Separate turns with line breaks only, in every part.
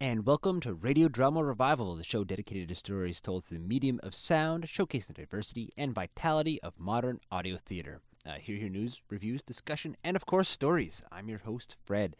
and welcome to Radio Drama Revival, the show dedicated to stories told through the medium of sound, showcasing the diversity and vitality of modern audio theater. Uh, hear your news, reviews, discussion, and of course, stories. I'm your host, Fred.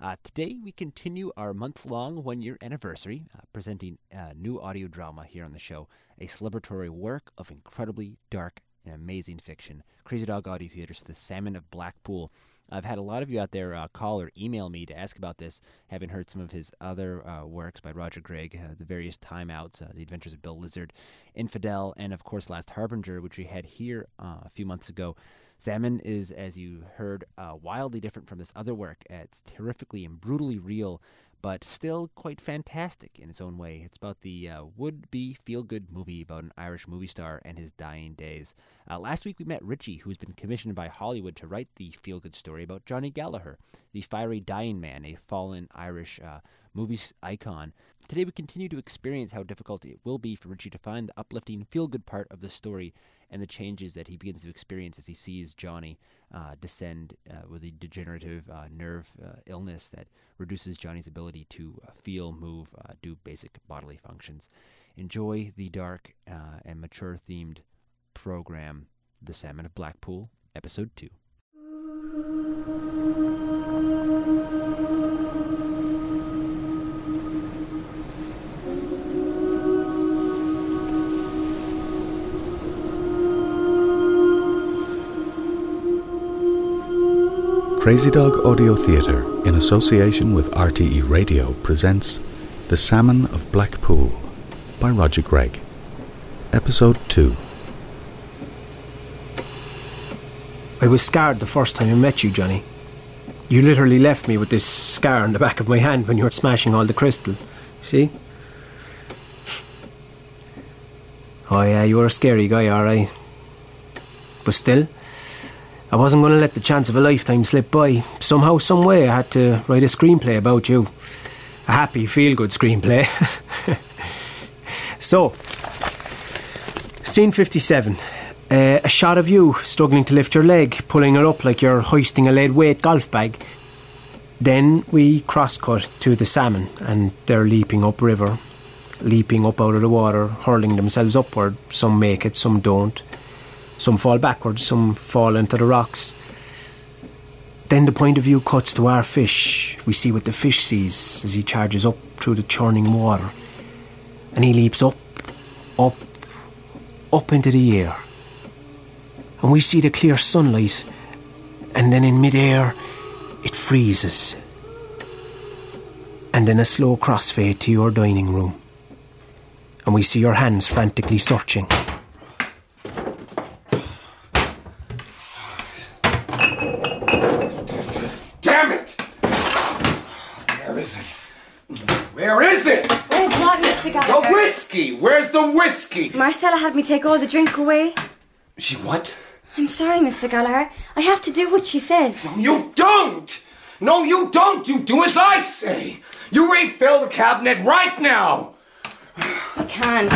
Uh, today, we continue our month long one year anniversary, uh, presenting uh, new audio drama here on the show, a celebratory work of incredibly dark and amazing fiction. Crazy Dog Audio Theater's The Salmon of Blackpool. I've had a lot of you out there uh, call or email me to ask about this, having heard some of his other uh, works by Roger Gregg, uh, the various timeouts, uh, The Adventures of Bill Lizard, Infidel, and of course Last Harbinger, which we had here uh, a few months ago. Salmon is, as you heard, uh, wildly different from this other work. Uh, It's terrifically and brutally real, but still quite fantastic in its own way. It's about the uh, would be feel good movie about an Irish movie star and his dying days. Uh, last week we met Richie, who's been commissioned by Hollywood to write the feel good story about Johnny Gallagher, the fiery dying man, a fallen Irish uh, movie s- icon. Today we continue to experience how difficult it will be for Richie to find the uplifting feel good part of the story and the changes that he begins to experience as he sees Johnny uh, descend uh, with a degenerative uh, nerve uh, illness that reduces Johnny's ability to uh, feel, move, uh, do basic bodily functions. Enjoy the dark uh, and mature themed program, The Salmon of Blackpool, Episode 2.
Crazy Dog Audio Theatre, in association with RTE Radio, presents The Salmon of Blackpool by Roger Gregg. Episode 2.
I was scarred the first time I met you, Johnny. You literally left me with this scar on the back of my hand when you were smashing all the crystal. See? Oh, yeah, you were a scary guy, alright. But still, I wasn't going to let the chance of a lifetime slip by. Somehow, some way, I had to write a screenplay about you. A happy, feel good screenplay. so, Scene 57. Uh, a shot of you struggling to lift your leg, pulling it up like you're hoisting a lead weight golf bag. Then we cross cut to the salmon, and they're leaping upriver, leaping up out of the water, hurling themselves upward. Some make it, some don't. Some fall backwards, some fall into the rocks. Then the point of view cuts to our fish. We see what the fish sees as he charges up through the churning water. And he leaps up, up, up into the air. And we see the clear sunlight, and then in midair, it freezes. And then a slow crossfade to your dining room. And we see your hands frantically searching.
Damn it! Where is it? Where is it?
Where's Lottie
The
Gallagher?
whiskey! Where's the whiskey?
Marcella had me take all the drink away.
She what?
I'm sorry, Mr. Gallagher. I have to do what she says.
You don't! No, you don't! You do as I say! You refill the cabinet right now!
I can't.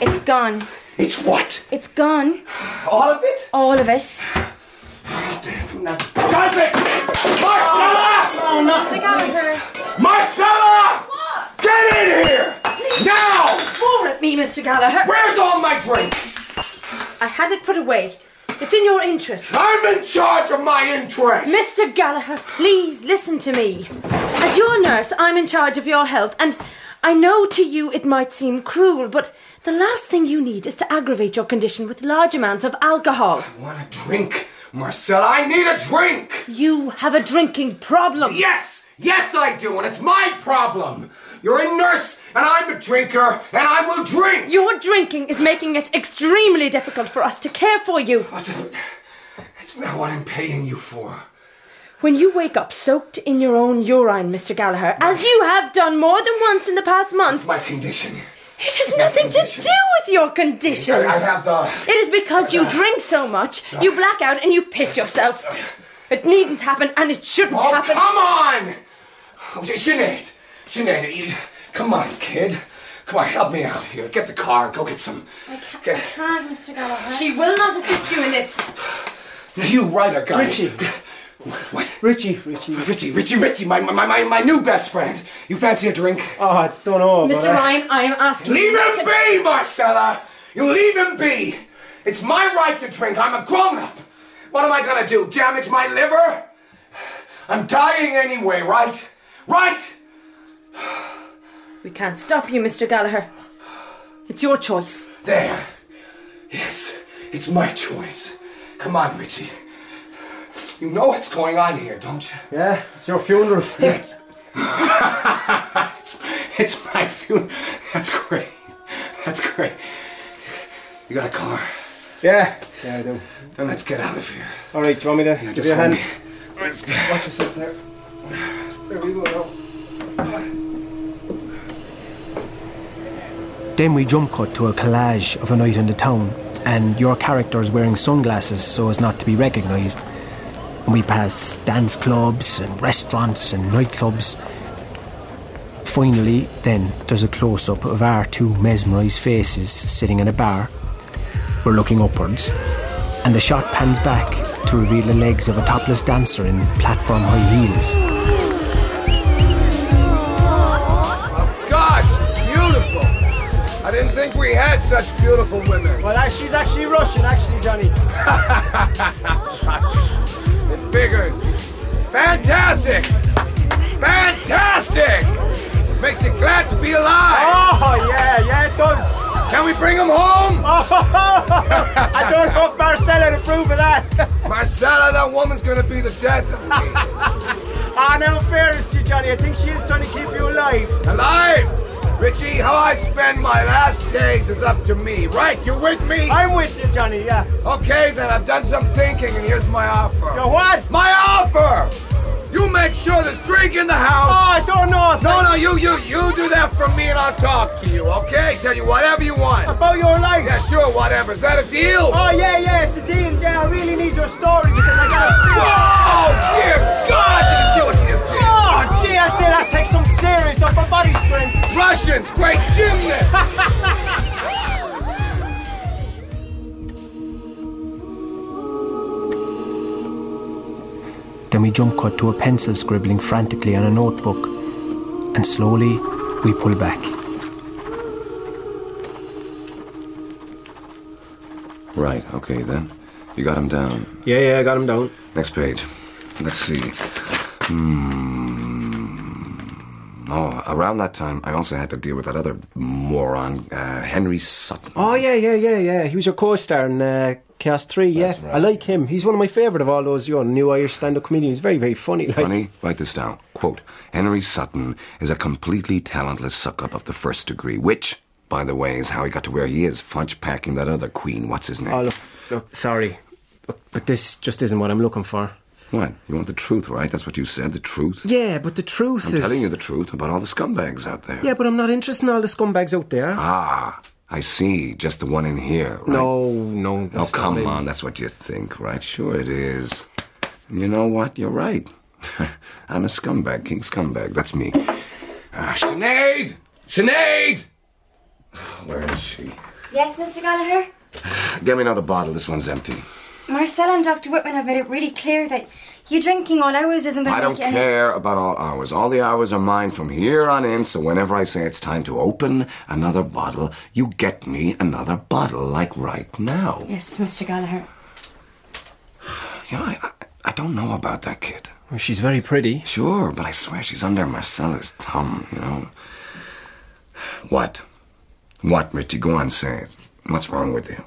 It's gone.
It's what?
It's gone.
All of it?
All of it.
Oh, damn, that does it! Marcella!
Mr. Gallagher.
Marcella! Get in here! Now!
More at me, Mr. Gallagher.
Where's all my drinks?
I had it put away. It's in your interest.
I'm in charge of my interest!
Mr. Gallagher, please listen to me. As your nurse, I'm in charge of your health, and I know to you it might seem cruel, but the last thing you need is to aggravate your condition with large amounts of alcohol.
I want a drink, Marcella. I need a drink.
You have a drinking problem.
Yes, yes, I do, and it's my problem. You're a nurse, and I'm a drinker, and I will drink.
Your drinking is making it extremely difficult for us to care for you.
But uh, it's not what I'm paying you for.
When you wake up soaked in your own urine, Mr. Gallagher, as you have done more than once in the past month,
It's my condition.
It has nothing to do with your
I,
condition.
I have the.
It is because you drink so much, you black out and you piss yourself. It needn't happen and it shouldn't
Oh,
happen.
come on! Oh, Sinead, Sinead, you, come on, kid. Come on, help me out here. Get the car. Go get some. Get,
Can't, Mr. Gallagher.
She will not assist you in this.
you write a guy.
Richie.
What?
Richie, Richie.
Richie, Richie, Richie, my, my, my, my new best friend. You fancy a drink?
Oh, I don't know. about
Mr.
that.
Ryan, I am asking.
Leave
you
him
to-
be, Marcella! You leave him be! It's my right to drink. I'm a grown up. What am I gonna do? Damage my liver? I'm dying anyway, right? Right?
We can't stop you, Mr. Gallagher. It's your choice.
There. Yes, it's my choice. Come on, Richie. You know what's going on here, don't you?
Yeah, it's your funeral.
Yes. it's, it's my funeral. That's great. That's great. You got a car?
Yeah. Yeah, I do.
Then let's get out of here.
All right, do you want me to
Yeah,
give you a
hold
hand?
me. Let's go.
Watch yourself there. There we go now.
Then we jump cut to a collage of a night in the town, and your character is wearing sunglasses so as not to be recognised. And we pass dance clubs and restaurants and nightclubs. Finally, then there's a close up of our two mesmerised faces sitting in a bar. We're looking upwards, and the shot pans back to reveal the legs of a topless dancer in platform high heels.
God, she's beautiful. I didn't think we had such beautiful women.
Well, that- she's actually Russian, actually, Johnny.
It figures. Fantastic! Fantastic! Makes you glad to be alive.
Oh, yeah, yeah, it does.
Can we bring him home?
I don't know if Marcella would approve of that.
Marcella, that woman's gonna be the death of me.
Ah, now, fairness to you, Johnny, I think she is trying to keep you alive.
alive! Richie, how I spend my last days is up to me. Right, you with me?
I'm with you, Johnny, yeah.
Okay, then I've done some thinking and here's my offer.
Your what?
My offer! You make sure there's drink in the
Oh,
house.
I don't know if
No,
I-
no, you, you, you do that for me, and I'll talk to you. Okay, tell you whatever you want.
about your life.
Yeah, sure, whatever. Is that a deal?
Oh, yeah, yeah, it's a deal. Yeah, I really need your story because I got a
Whoa! Dear God! Did you see what you just did?
Oh, gee, I'd say that's take some serious up my body strength.
Russians, great gymnasts.
Then we jump cut to a pencil scribbling frantically on a notebook, and slowly we pull back.
Right, okay then. You got him down.
Yeah, yeah, I got him down.
Next page. Let's see. Hmm. Oh, around that time, I also had to deal with that other moron, uh, Henry Sutton.
Oh, yeah, yeah, yeah, yeah. He was your co star in uh, Chaos 3, yeah.
That's right.
I like him. He's one of my favourite of all those you know, new Irish stand up comedians. Very, very funny. Like,
Funny? Write this down. Quote Henry Sutton is a completely talentless suck up of the first degree, which, by the way, is how he got to where he is, fudge packing that other queen. What's his name?
Oh, look, look, sorry. Look, but this just isn't what I'm looking for.
What? You want the truth, right? That's what you said, the truth?
Yeah, but the truth
I'm
is.
telling you the truth about all the scumbags out there.
Yeah, but I'm not interested in all the scumbags out there.
Ah, I see. Just the one in here, right?
No, no.
Oh,
that's not
come
it.
on. That's what you think, right? Sure it is. And You know what? You're right. I'm a scumbag, king scumbag. That's me. Ah, Sinead! Sinead! Where is she?
Yes, Mr. Gallagher?
Get me another bottle. This one's empty.
Marcel and Dr. Whitman have made it really clear that you drinking all hours isn't going
I
to
don't
make you any...
care about all hours. All the hours are mine from here on in, so whenever I say it's time to open another bottle, you get me another bottle, like right now.
Yes, Mr. Gallagher.
You know, I, I, I don't know about that kid.
Well, she's very pretty.
Sure, but I swear she's under Marcella's thumb, you know. What? What, Richie? Go on, say it. What's wrong with you?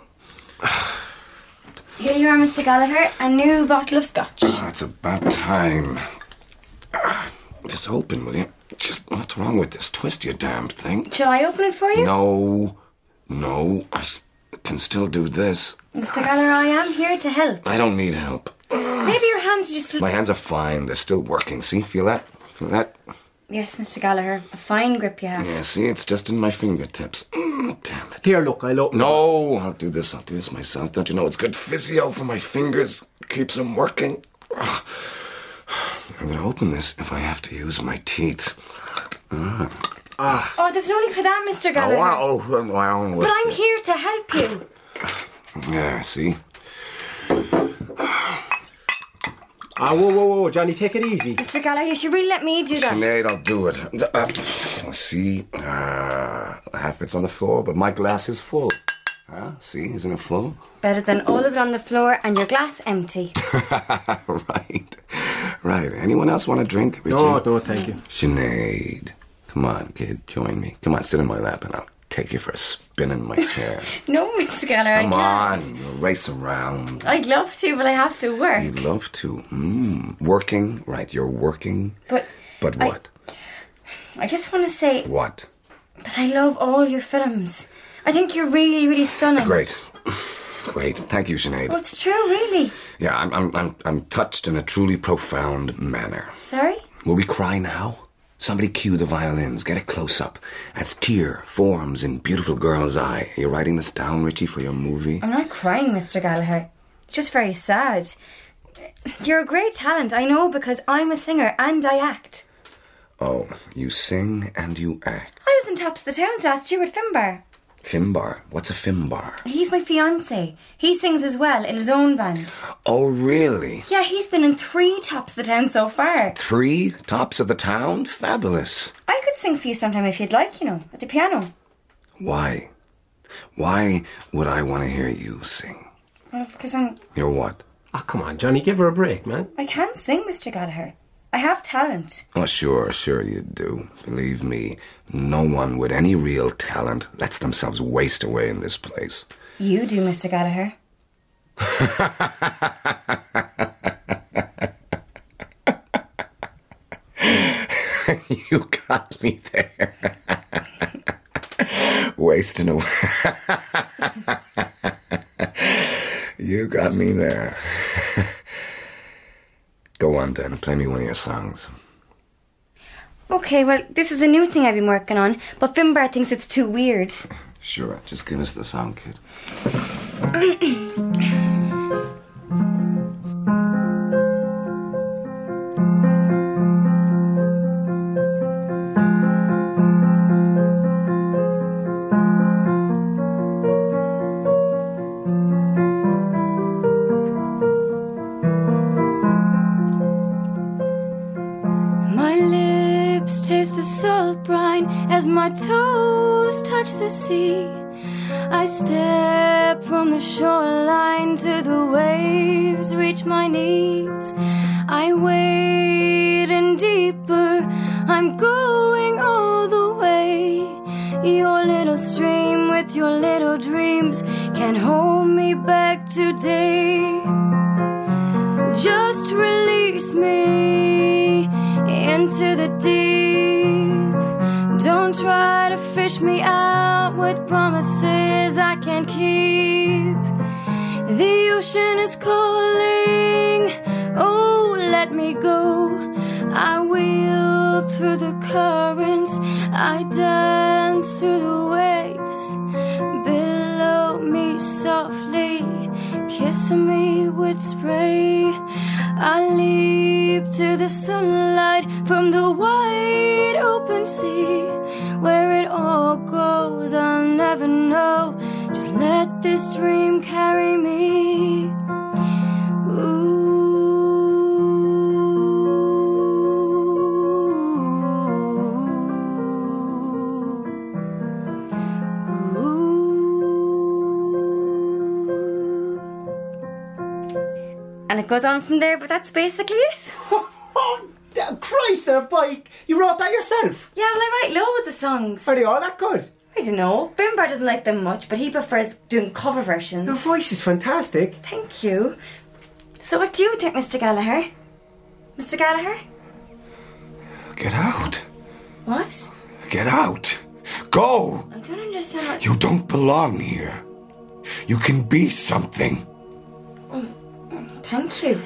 Here you are, Mr. Gallagher. A new bottle of scotch.
Oh, it's about time. Ah, Just open, will you? Just what's wrong with this? Twist your damned thing.
Shall I open it for you?
No, no, I s- can still do this.
Mr. Gallagher, I am here to help.
I don't need help.
Maybe your hands are just...
My hands are fine. They're still working. See, feel that? Feel that?
Yes, Mr. Gallagher. A fine grip you have.
Yeah, see, it's just in my fingertips. Mm, damn it.
Here, look, I look.
No, I'll do this. I'll do this myself. Don't you know it's good physio for my fingers? Keeps them working. Ah. I'm gonna open this if I have to use my teeth.
Oh, there's no need for that, Mr.
I
Gallagher.
want to open my own.
But I'm here to help you.
Yeah, see.
Ah, whoa, whoa, whow, Johnny, take it easy.
Mr. Gallagher, she really let me do that.
Sinead, I'll do it. Uh, see? Uh, half it's on the floor, but my glass is full. Huh? See? Isn't it full?
Better than all of it on the floor and your glass empty.
right. Right. Anyone else want a drink, Richie?
No, no, thank you.
Sinead. Come on, kid. Join me. Come on, sit in my lap and I'll take you for a spin in my chair.
No, Mr. Gallagher,
Come
I
on.
can't.
Race around.
I'd love to, but I have to work.
You'd love to. Mm. Working, right? You're working.
But
But
I-
what?
I just want to say
What?
that I love all your films. I think you're really, really stunning.
Great. Great. Thank you, Sinead.
Well, it's true, really.
Yeah, I'm, I'm, I'm, I'm touched in a truly profound manner.
Sorry?
Will we cry now? Somebody cue the violins. Get a close up. As tear forms in beautiful girl's eye. Are you writing this down, Richie, for your movie?
I'm not crying, Mr. Gallagher. It's just very sad. You're a great talent, I know, because I'm a singer and I act.
Oh, you sing and you act.
I was in Tops of the Towns last year with Finbar.
Finbar. What's a Finbar?
He's my fiance. He sings as well in his own band.
Oh, really?
Yeah, he's been in three Tops of the Town so far.
Three tops of the town? Fabulous.
I could sing for you sometime if you'd like, you know, at the piano.
Why? Why would I want to hear you sing?
Well, because I'm,
You're what?
Ah, come on, Johnny, give her a break, man.
I can sing, Mr. Gallagher. I have talent.
Oh, sure, sure you do. Believe me, no one with any real talent lets themselves waste away in this place.
You do, Mr. Gallagher.
You got me there. Wasting away. you got me there. Go on then, play me one of your songs.
Okay, well, this is a new thing I've been working on, but Finbar thinks it's too weird.
Sure, just give us the song, kid.
My lips taste the salt brine as my toes touch the sea. I step from the shoreline to the waves reach my knees. I wade in deeper, I'm going all the way. Your little stream with your little dreams can hold me back today. Just release me into the deep. Don't try to fish me out with promises I can't keep. The ocean is calling. Oh, let me go. I wheel through the currents. I dance through the waves. Below me softly, kiss me with spray. I leap to the sunlight from the wide open sea. Where it all goes, I'll never know. Just let this dream carry me. Ooh.
And it goes on from there, but that's basically it.
Oh, da- Christ, on a bike. You wrote that yourself.
Yeah, well, I write loads of songs.
Are they all that good?
I don't know. Bimbar doesn't like them much, but he prefers doing cover
Your
versions.
voice is fantastic.
Thank you. So, what do you think, Mr. Gallagher? Mr. Gallagher?
Get out.
What?
Get out. Go.
I don't understand what.
You don't belong here. You can be something.
Thank you.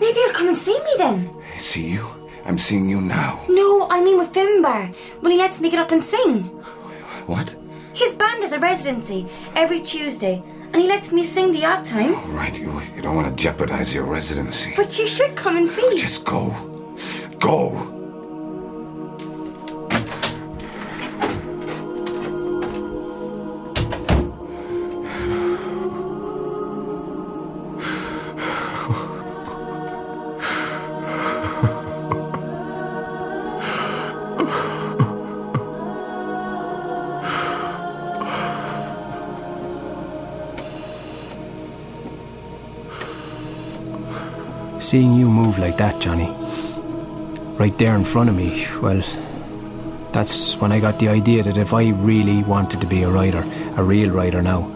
Maybe you'll come and see me then.
I see you. I'm seeing you now.
No, I mean with Finbar, when he lets me get up and sing.
What?
His band has a residency every Tuesday, and he lets me sing the odd time.
All right, you, you don't want to jeopardize your residency.
But you should come and see.
Just go. Go.
Seeing you move like that, Johnny, right there in front of me, well, that's when I got the idea that if I really wanted to be a writer, a real writer now,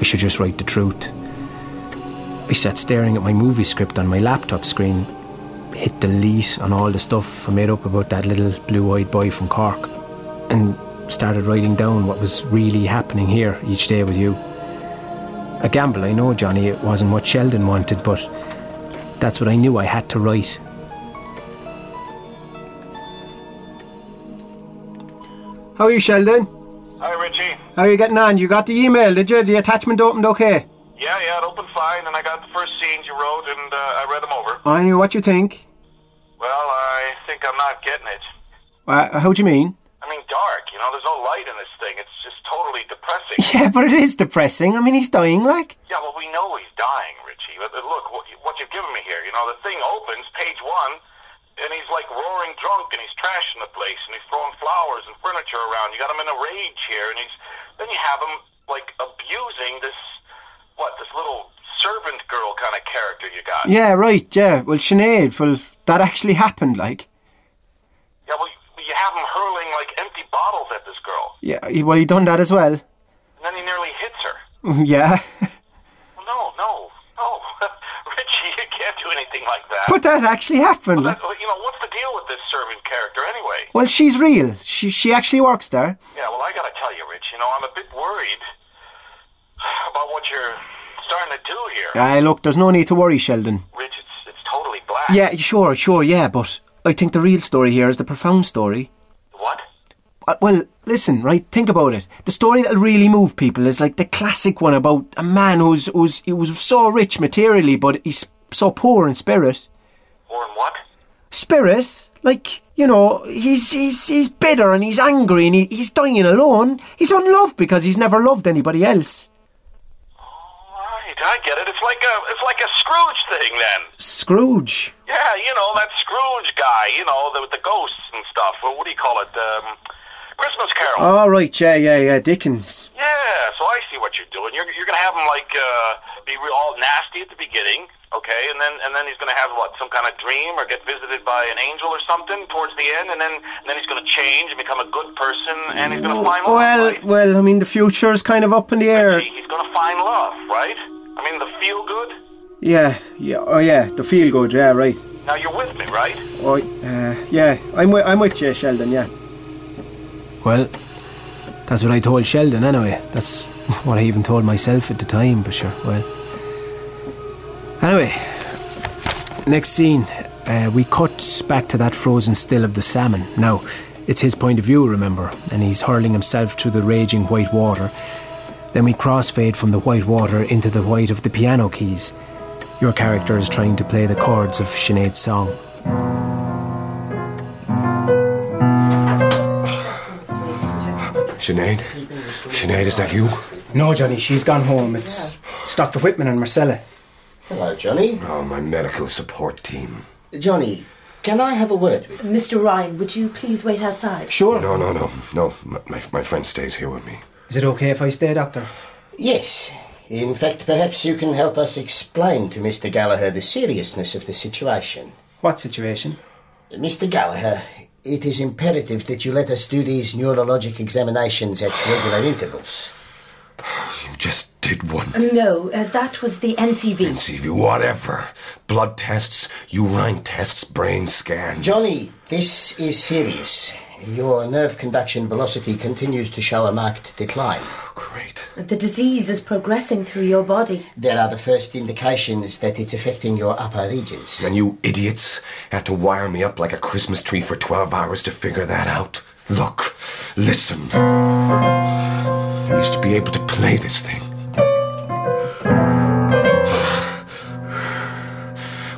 I should just write the truth. I sat staring at my movie script on my laptop screen, hit delete on all the stuff I made up about that little blue eyed boy from Cork, and started writing down what was really happening here each day with you. A gamble, I know, Johnny, it wasn't what Sheldon wanted, but that's what I knew I had to write.
How are you, Sheldon?
Hi, Richie.
How are you getting on? You got the email, did you? The attachment opened okay?
Yeah, yeah, it opened fine, and I got the first scenes you wrote, and uh, I read them over.
I knew what you think.
Well, I think I'm not getting it.
Uh, how do you mean?
I mean, dark, you know, there's no light in this thing. It's just totally depressing.
Yeah, but it is depressing. I mean, he's dying, like.
Yeah, well, we know he's dying, Richie. But uh, look, what, you- what you've given me here, you know, the thing opens, page one, and he's like roaring drunk, and he's trashing the place, and he's throwing flowers and furniture around. You got him in a rage here, and he's then you have him like abusing this what this little servant girl kind of character you got.
Yeah, right, yeah. Well, Sinead, well, that actually happened, like.
Yeah, well, you- you have him hurling like empty bottles at this girl,
Yeah, he- well, he done that as well.
and then he nearly hits her.
yeah.
Well, no, no, no, Richie, you can't do anything like that.
but that actually happened.
That-
like.
you know, what's the deal with this servant character anyway?
Well, she's real. She, she actually works there.
Yeah, well, I gotta tell you, Rich, you know, I'm a bit worried about what you're starting to do here.
Ah, look, there's no need to worry, Sheldon.
Rich, it's, it's totally black.
Yeah, sure, sure, yeah, but I think the real story here is the profound story.
What?
Uh, well, listen, right? Think about it. The story that'll really move people is like the classic one about a man who's who's he was so rich materially, but he's so poor in spirit.
Or in what?
Spirit, like you know, he's he's he's bitter and he's angry and he, he's dying alone. He's unloved because he's never loved anybody else.
Right, I get it. It's like a, it's like a Scrooge thing then.
Scrooge.
Yeah, you know that Scrooge guy, you know, the, with the ghosts and stuff. Well, what do you call it? Um, Christmas Carol.
Oh.
All right, yeah, yeah, yeah. Dickens.
Yeah, so I see what you're doing. You're, you're gonna have him like uh, be real all nasty at the beginning, okay, and then and then he's gonna have what some kind of dream or get visited by an angel or something towards the end, and then and then he's gonna change and become a good person, and he's gonna find love.
Well,
right?
well, I mean, the future's kind of up in the air.
He- he's gonna find love, right? I mean, the feel good.
Yeah, yeah, oh yeah, the feel good. Yeah, right.
Now you're with me, right?
Oh, uh, yeah, I'm with, I'm with you, Sheldon. Yeah.
Well, that's what I told Sheldon anyway. That's what I even told myself at the time, but sure, well. Anyway, next scene. Uh, we cut back to that frozen still of the salmon. Now, it's his point of view, remember, and he's hurling himself through the raging white water. Then we crossfade from the white water into the white of the piano keys. Your character is trying to play the chords of Sinead's song.
Sinead? Sinead, is that you?
No, Johnny, she's gone home. It's, it's Dr. Whitman and Marcella.
Hello, Johnny.
Oh, my medical support team.
Johnny, can I have a word with you?
Mr. Ryan, would you please wait outside?
Sure.
No, no, no, no. My, my, my friend stays here with me.
Is it okay if I stay, Doctor?
Yes. In fact, perhaps you can help us explain to Mr. Gallagher the seriousness of the situation.
What situation?
Mr. Gallagher, it is imperative that you let us do these neurologic examinations at regular intervals.
You just did one.
No, uh, that was the NCV.
CV, whatever. Blood tests, urine tests, brain scans.
Johnny, this is serious. Your nerve conduction velocity continues to show a marked decline.
Oh, Great.
The disease is progressing through your body.
There are the first indications that it's affecting your upper regions.
And you idiots had to wire me up like a Christmas tree for 12 hours to figure that out. Look, listen. I used to be able to play this thing.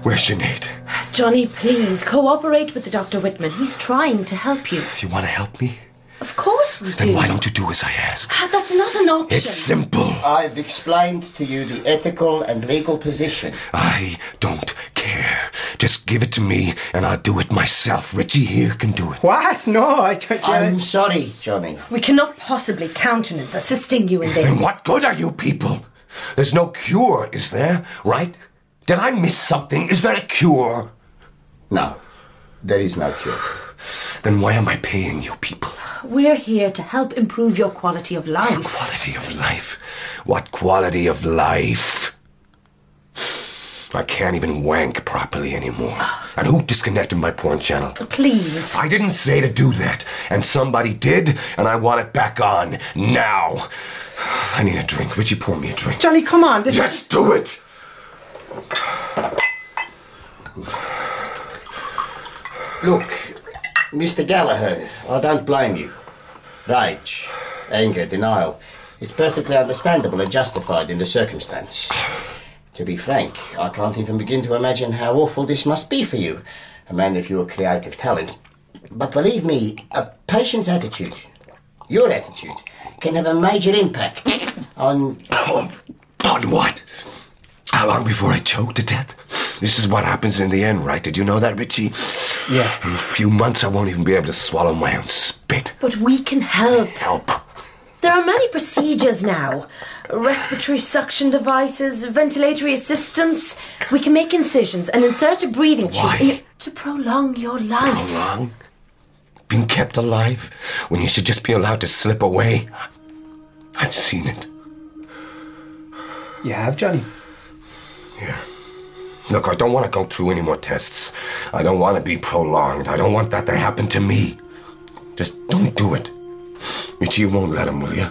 Where's Sinead?
Johnny, please cooperate with the Dr. Whitman. He's trying to help you.
You want to help me?
Of course we do.
Then why don't you do as I ask?
Ah, That's not an option.
It's simple.
I've explained to you the ethical and legal position.
I don't care. Just give it to me and I'll do it myself. Richie here can do it.
What? No, I don't.
I'm sorry, Johnny.
We cannot possibly countenance assisting you in this.
Then what good are you people? There's no cure, is there? Right? Did I miss something? Is there a cure?
No, there is no cure.
Then why am I paying you people?
We're here to help improve your quality of life.
Quality of life. What quality of life? I can't even wank properly anymore. And who disconnected my porn channel?
Please.
I didn't say to do that, and somebody did, and I want it back on now. I need a drink. Richie, pour me a drink.
Johnny, come on. This
Yes, do it.
Look, Mr. Gallagher, I don't blame you. Rage, anger, denial. It's perfectly understandable and justified in the circumstance. To be frank, I can't even begin to imagine how awful this must be for you, a man of your creative talent. But believe me, a patient's attitude, your attitude, can have a major impact on.
On what? How long before I choke to death? This is what happens in the end, right? Did you know that, Richie?
Yeah.
In a few months, I won't even be able to swallow my own spit.
But we can help.
Help.
There are many procedures now respiratory suction devices, ventilatory assistance. We can make incisions and insert a breathing tube
Why?
in your- to prolong your life.
How long? Being kept alive when you should just be allowed to slip away? I've seen it.
You have, Johnny?
Yeah. Look, I don't want to go through any more tests. I don't want to be prolonged. I don't want that to happen to me. Just don't do it. Richie, you won't let him, will you?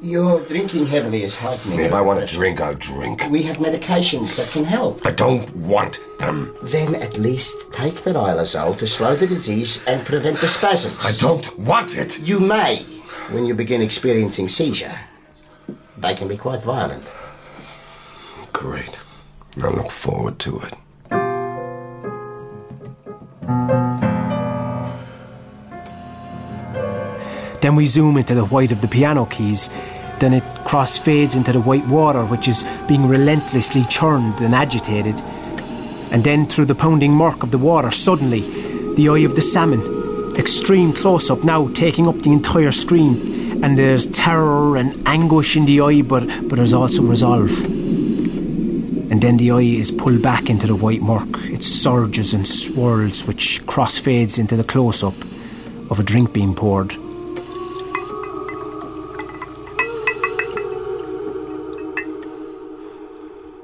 Your drinking heavily is heightening.
If I want to drink, I'll drink.
We have medications that can help.
I don't want them.
Then at least take the Rilazole to slow the disease and prevent the spasms.
I don't want it.
You may, when you begin experiencing seizure. They can be quite violent.
Great. I look forward to it.
Then we zoom into the white of the piano keys. Then it crossfades into the white water, which is being relentlessly churned and agitated. And then through the pounding murk of the water, suddenly, the eye of the salmon. Extreme close up now, taking up the entire screen. And there's terror and anguish in the eye, but, but there's also resolve. And then the eye is pulled back into the white murk. It surges and swirls, which crossfades into the close up of a drink being poured.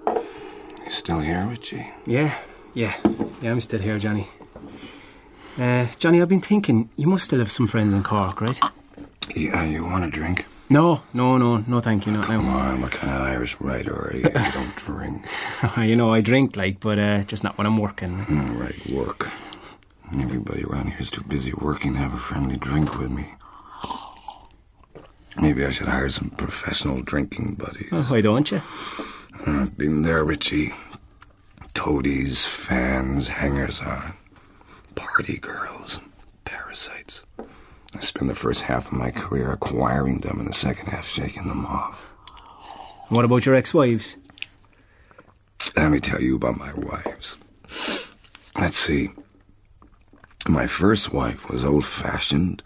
You still here, Richie?
Yeah, yeah, yeah. I'm still here, Johnny. Uh, Johnny, I've been thinking you must still have some friends in Cork, right?
Yeah, uh, you want a drink?
No, no, no, no. Thank you, not
Come on, what kind of Irish writer are you? You don't drink.
now. you know I drink, like, but uh, just not when I'm working.
All right, work. Everybody around here is too busy working to have a friendly drink with me. Maybe I should hire some professional drinking buddies.
Oh, why don't you?
I've been there, Richie. Toadies, fans, hangers on, party girls, parasites. I spent the first half of my career acquiring them and the second half shaking them off.
What about your ex-wives?
Let me tell you about my wives. Let's see. My first wife was old fashioned.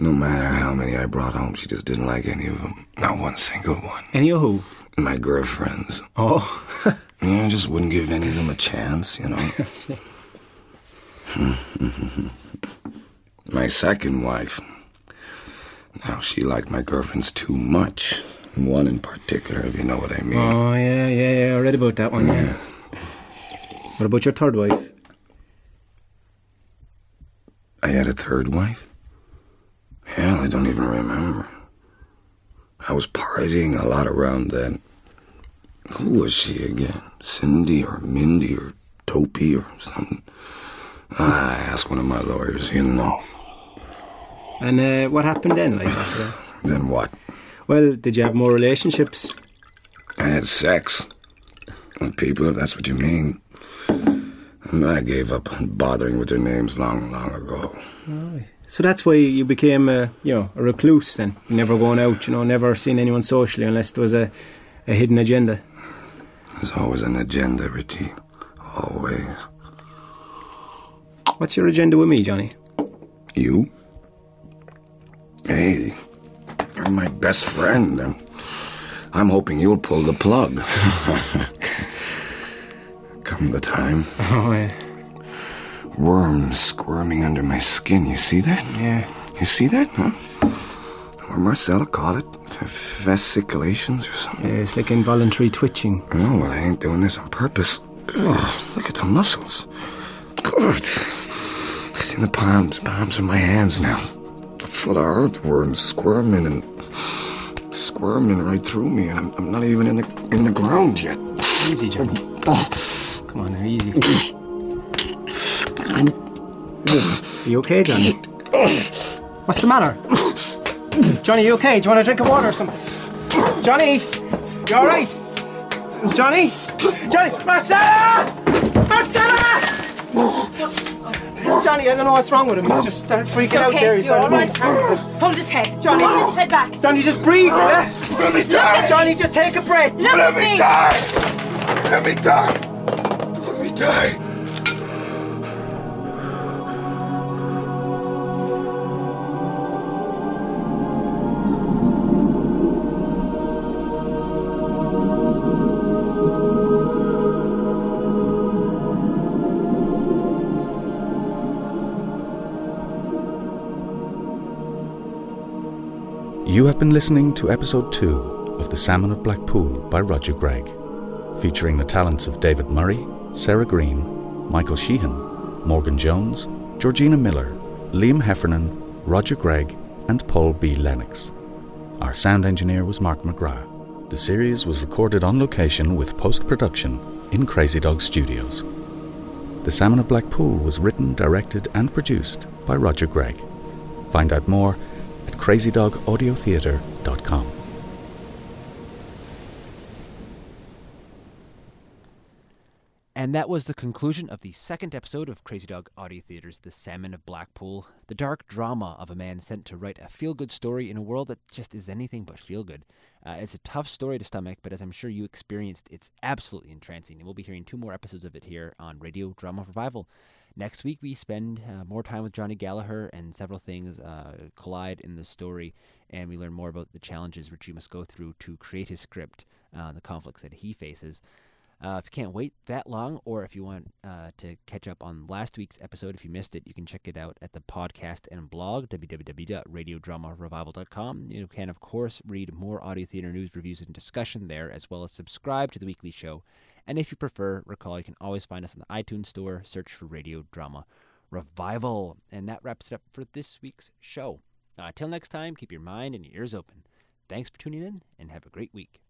No matter how many I brought home, she just didn't like any of them. Not one single one.
Any of who?
My girlfriends.
Oh,
Yeah, I just wouldn't give any of them a chance, you know. my second wife. Now, she liked my girlfriends too much. One in particular, if you know what I mean.
oh, yeah, yeah, yeah. I read about that one. Oh, Yeah. What about your third wife?
I had a third wife? Hell, I don't even remember. I was partying a lot around then. Who was she again? Cindy or Mindy or Dopey or something? Ah, I asked one of my lawyers, he'll know.
And uh, what happened then? Like, after that?
Then what?
well, did you have more relationships?
I had sex. With people, if that's what you mean. And I gave up on bothering with their names long, long ago.
So that's why you became a you know a recluse then, never going out, you know, never seeing anyone socially unless there was a, a hidden agenda.
There's always an agenda, Richie. Always.
What's your agenda with me, Johnny?
You? Hey, you're my best friend. I'm, I'm hoping you'll pull the plug. come the time.
Oh, yeah.
Worms squirming under my skin. You see that?
Yeah.
You see that, huh? Or Marcella called it f- vesiculations or something.
Yeah, it's like involuntary twitching.
No, well, I ain't doing this on purpose. Ugh, look at the muscles. Good. I seen the palms, palms of my hands now. Full of earthworms squirming and squirming right through me, and I'm, I'm not even in the in the ground yet.
Easy, Johnny. Come on now, easy. Are you okay, Johnny? What's the matter? Johnny, you okay? Do you want a drink of water or something? Johnny, you all right? Johnny, Johnny, Marcella, Marcella! Johnny, I don't know what's wrong with him. He's just started freaking out
okay,
there. He's
you're all
started-
right. Hold his head.
Johnny.
Hold his head back.
Johnny, just breathe. relax.
Let me die!
Johnny, just take a breath.
Look at
Let me
me.
die! Let me die! Let me die!
You have been listening to episode 2 of The Salmon of Blackpool by Roger Gregg, featuring the talents of David Murray, Sarah Green, Michael Sheehan, Morgan Jones, Georgina Miller, Liam Heffernan, Roger Gregg, and Paul B. Lennox. Our sound engineer was Mark McGrath. The series was recorded on location with post production in Crazy Dog Studios. The Salmon of Blackpool was written, directed, and produced by Roger Gregg. Find out more at crazydogaudiotheatre.com.
And that was the conclusion of the second episode of Crazy Dog Audio Theater's The Salmon of Blackpool, the dark drama of a man sent to write a feel good story in a world that just is anything but feel good. Uh, it's a tough story to stomach, but as I'm sure you experienced, it's absolutely entrancing. And we'll be hearing two more episodes of it here on Radio Drama Revival. Next week, we spend uh, more time with Johnny Gallagher, and several things uh, collide in the story, and we learn more about the challenges Richie must go through to create his script, uh, the conflicts that he faces. Uh, if you can't wait that long, or if you want uh, to catch up on last week's episode, if you missed it, you can check it out at the podcast and blog, www.radiodramarevival.com. You can, of course, read more audio theater news, reviews, and discussion there, as well as subscribe to the weekly show. And if you prefer, recall you can always find us on the iTunes Store, search for Radio Drama Revival. And that wraps it up for this week's show. Uh, till next time, keep your mind and your ears open. Thanks for tuning in, and have a great week.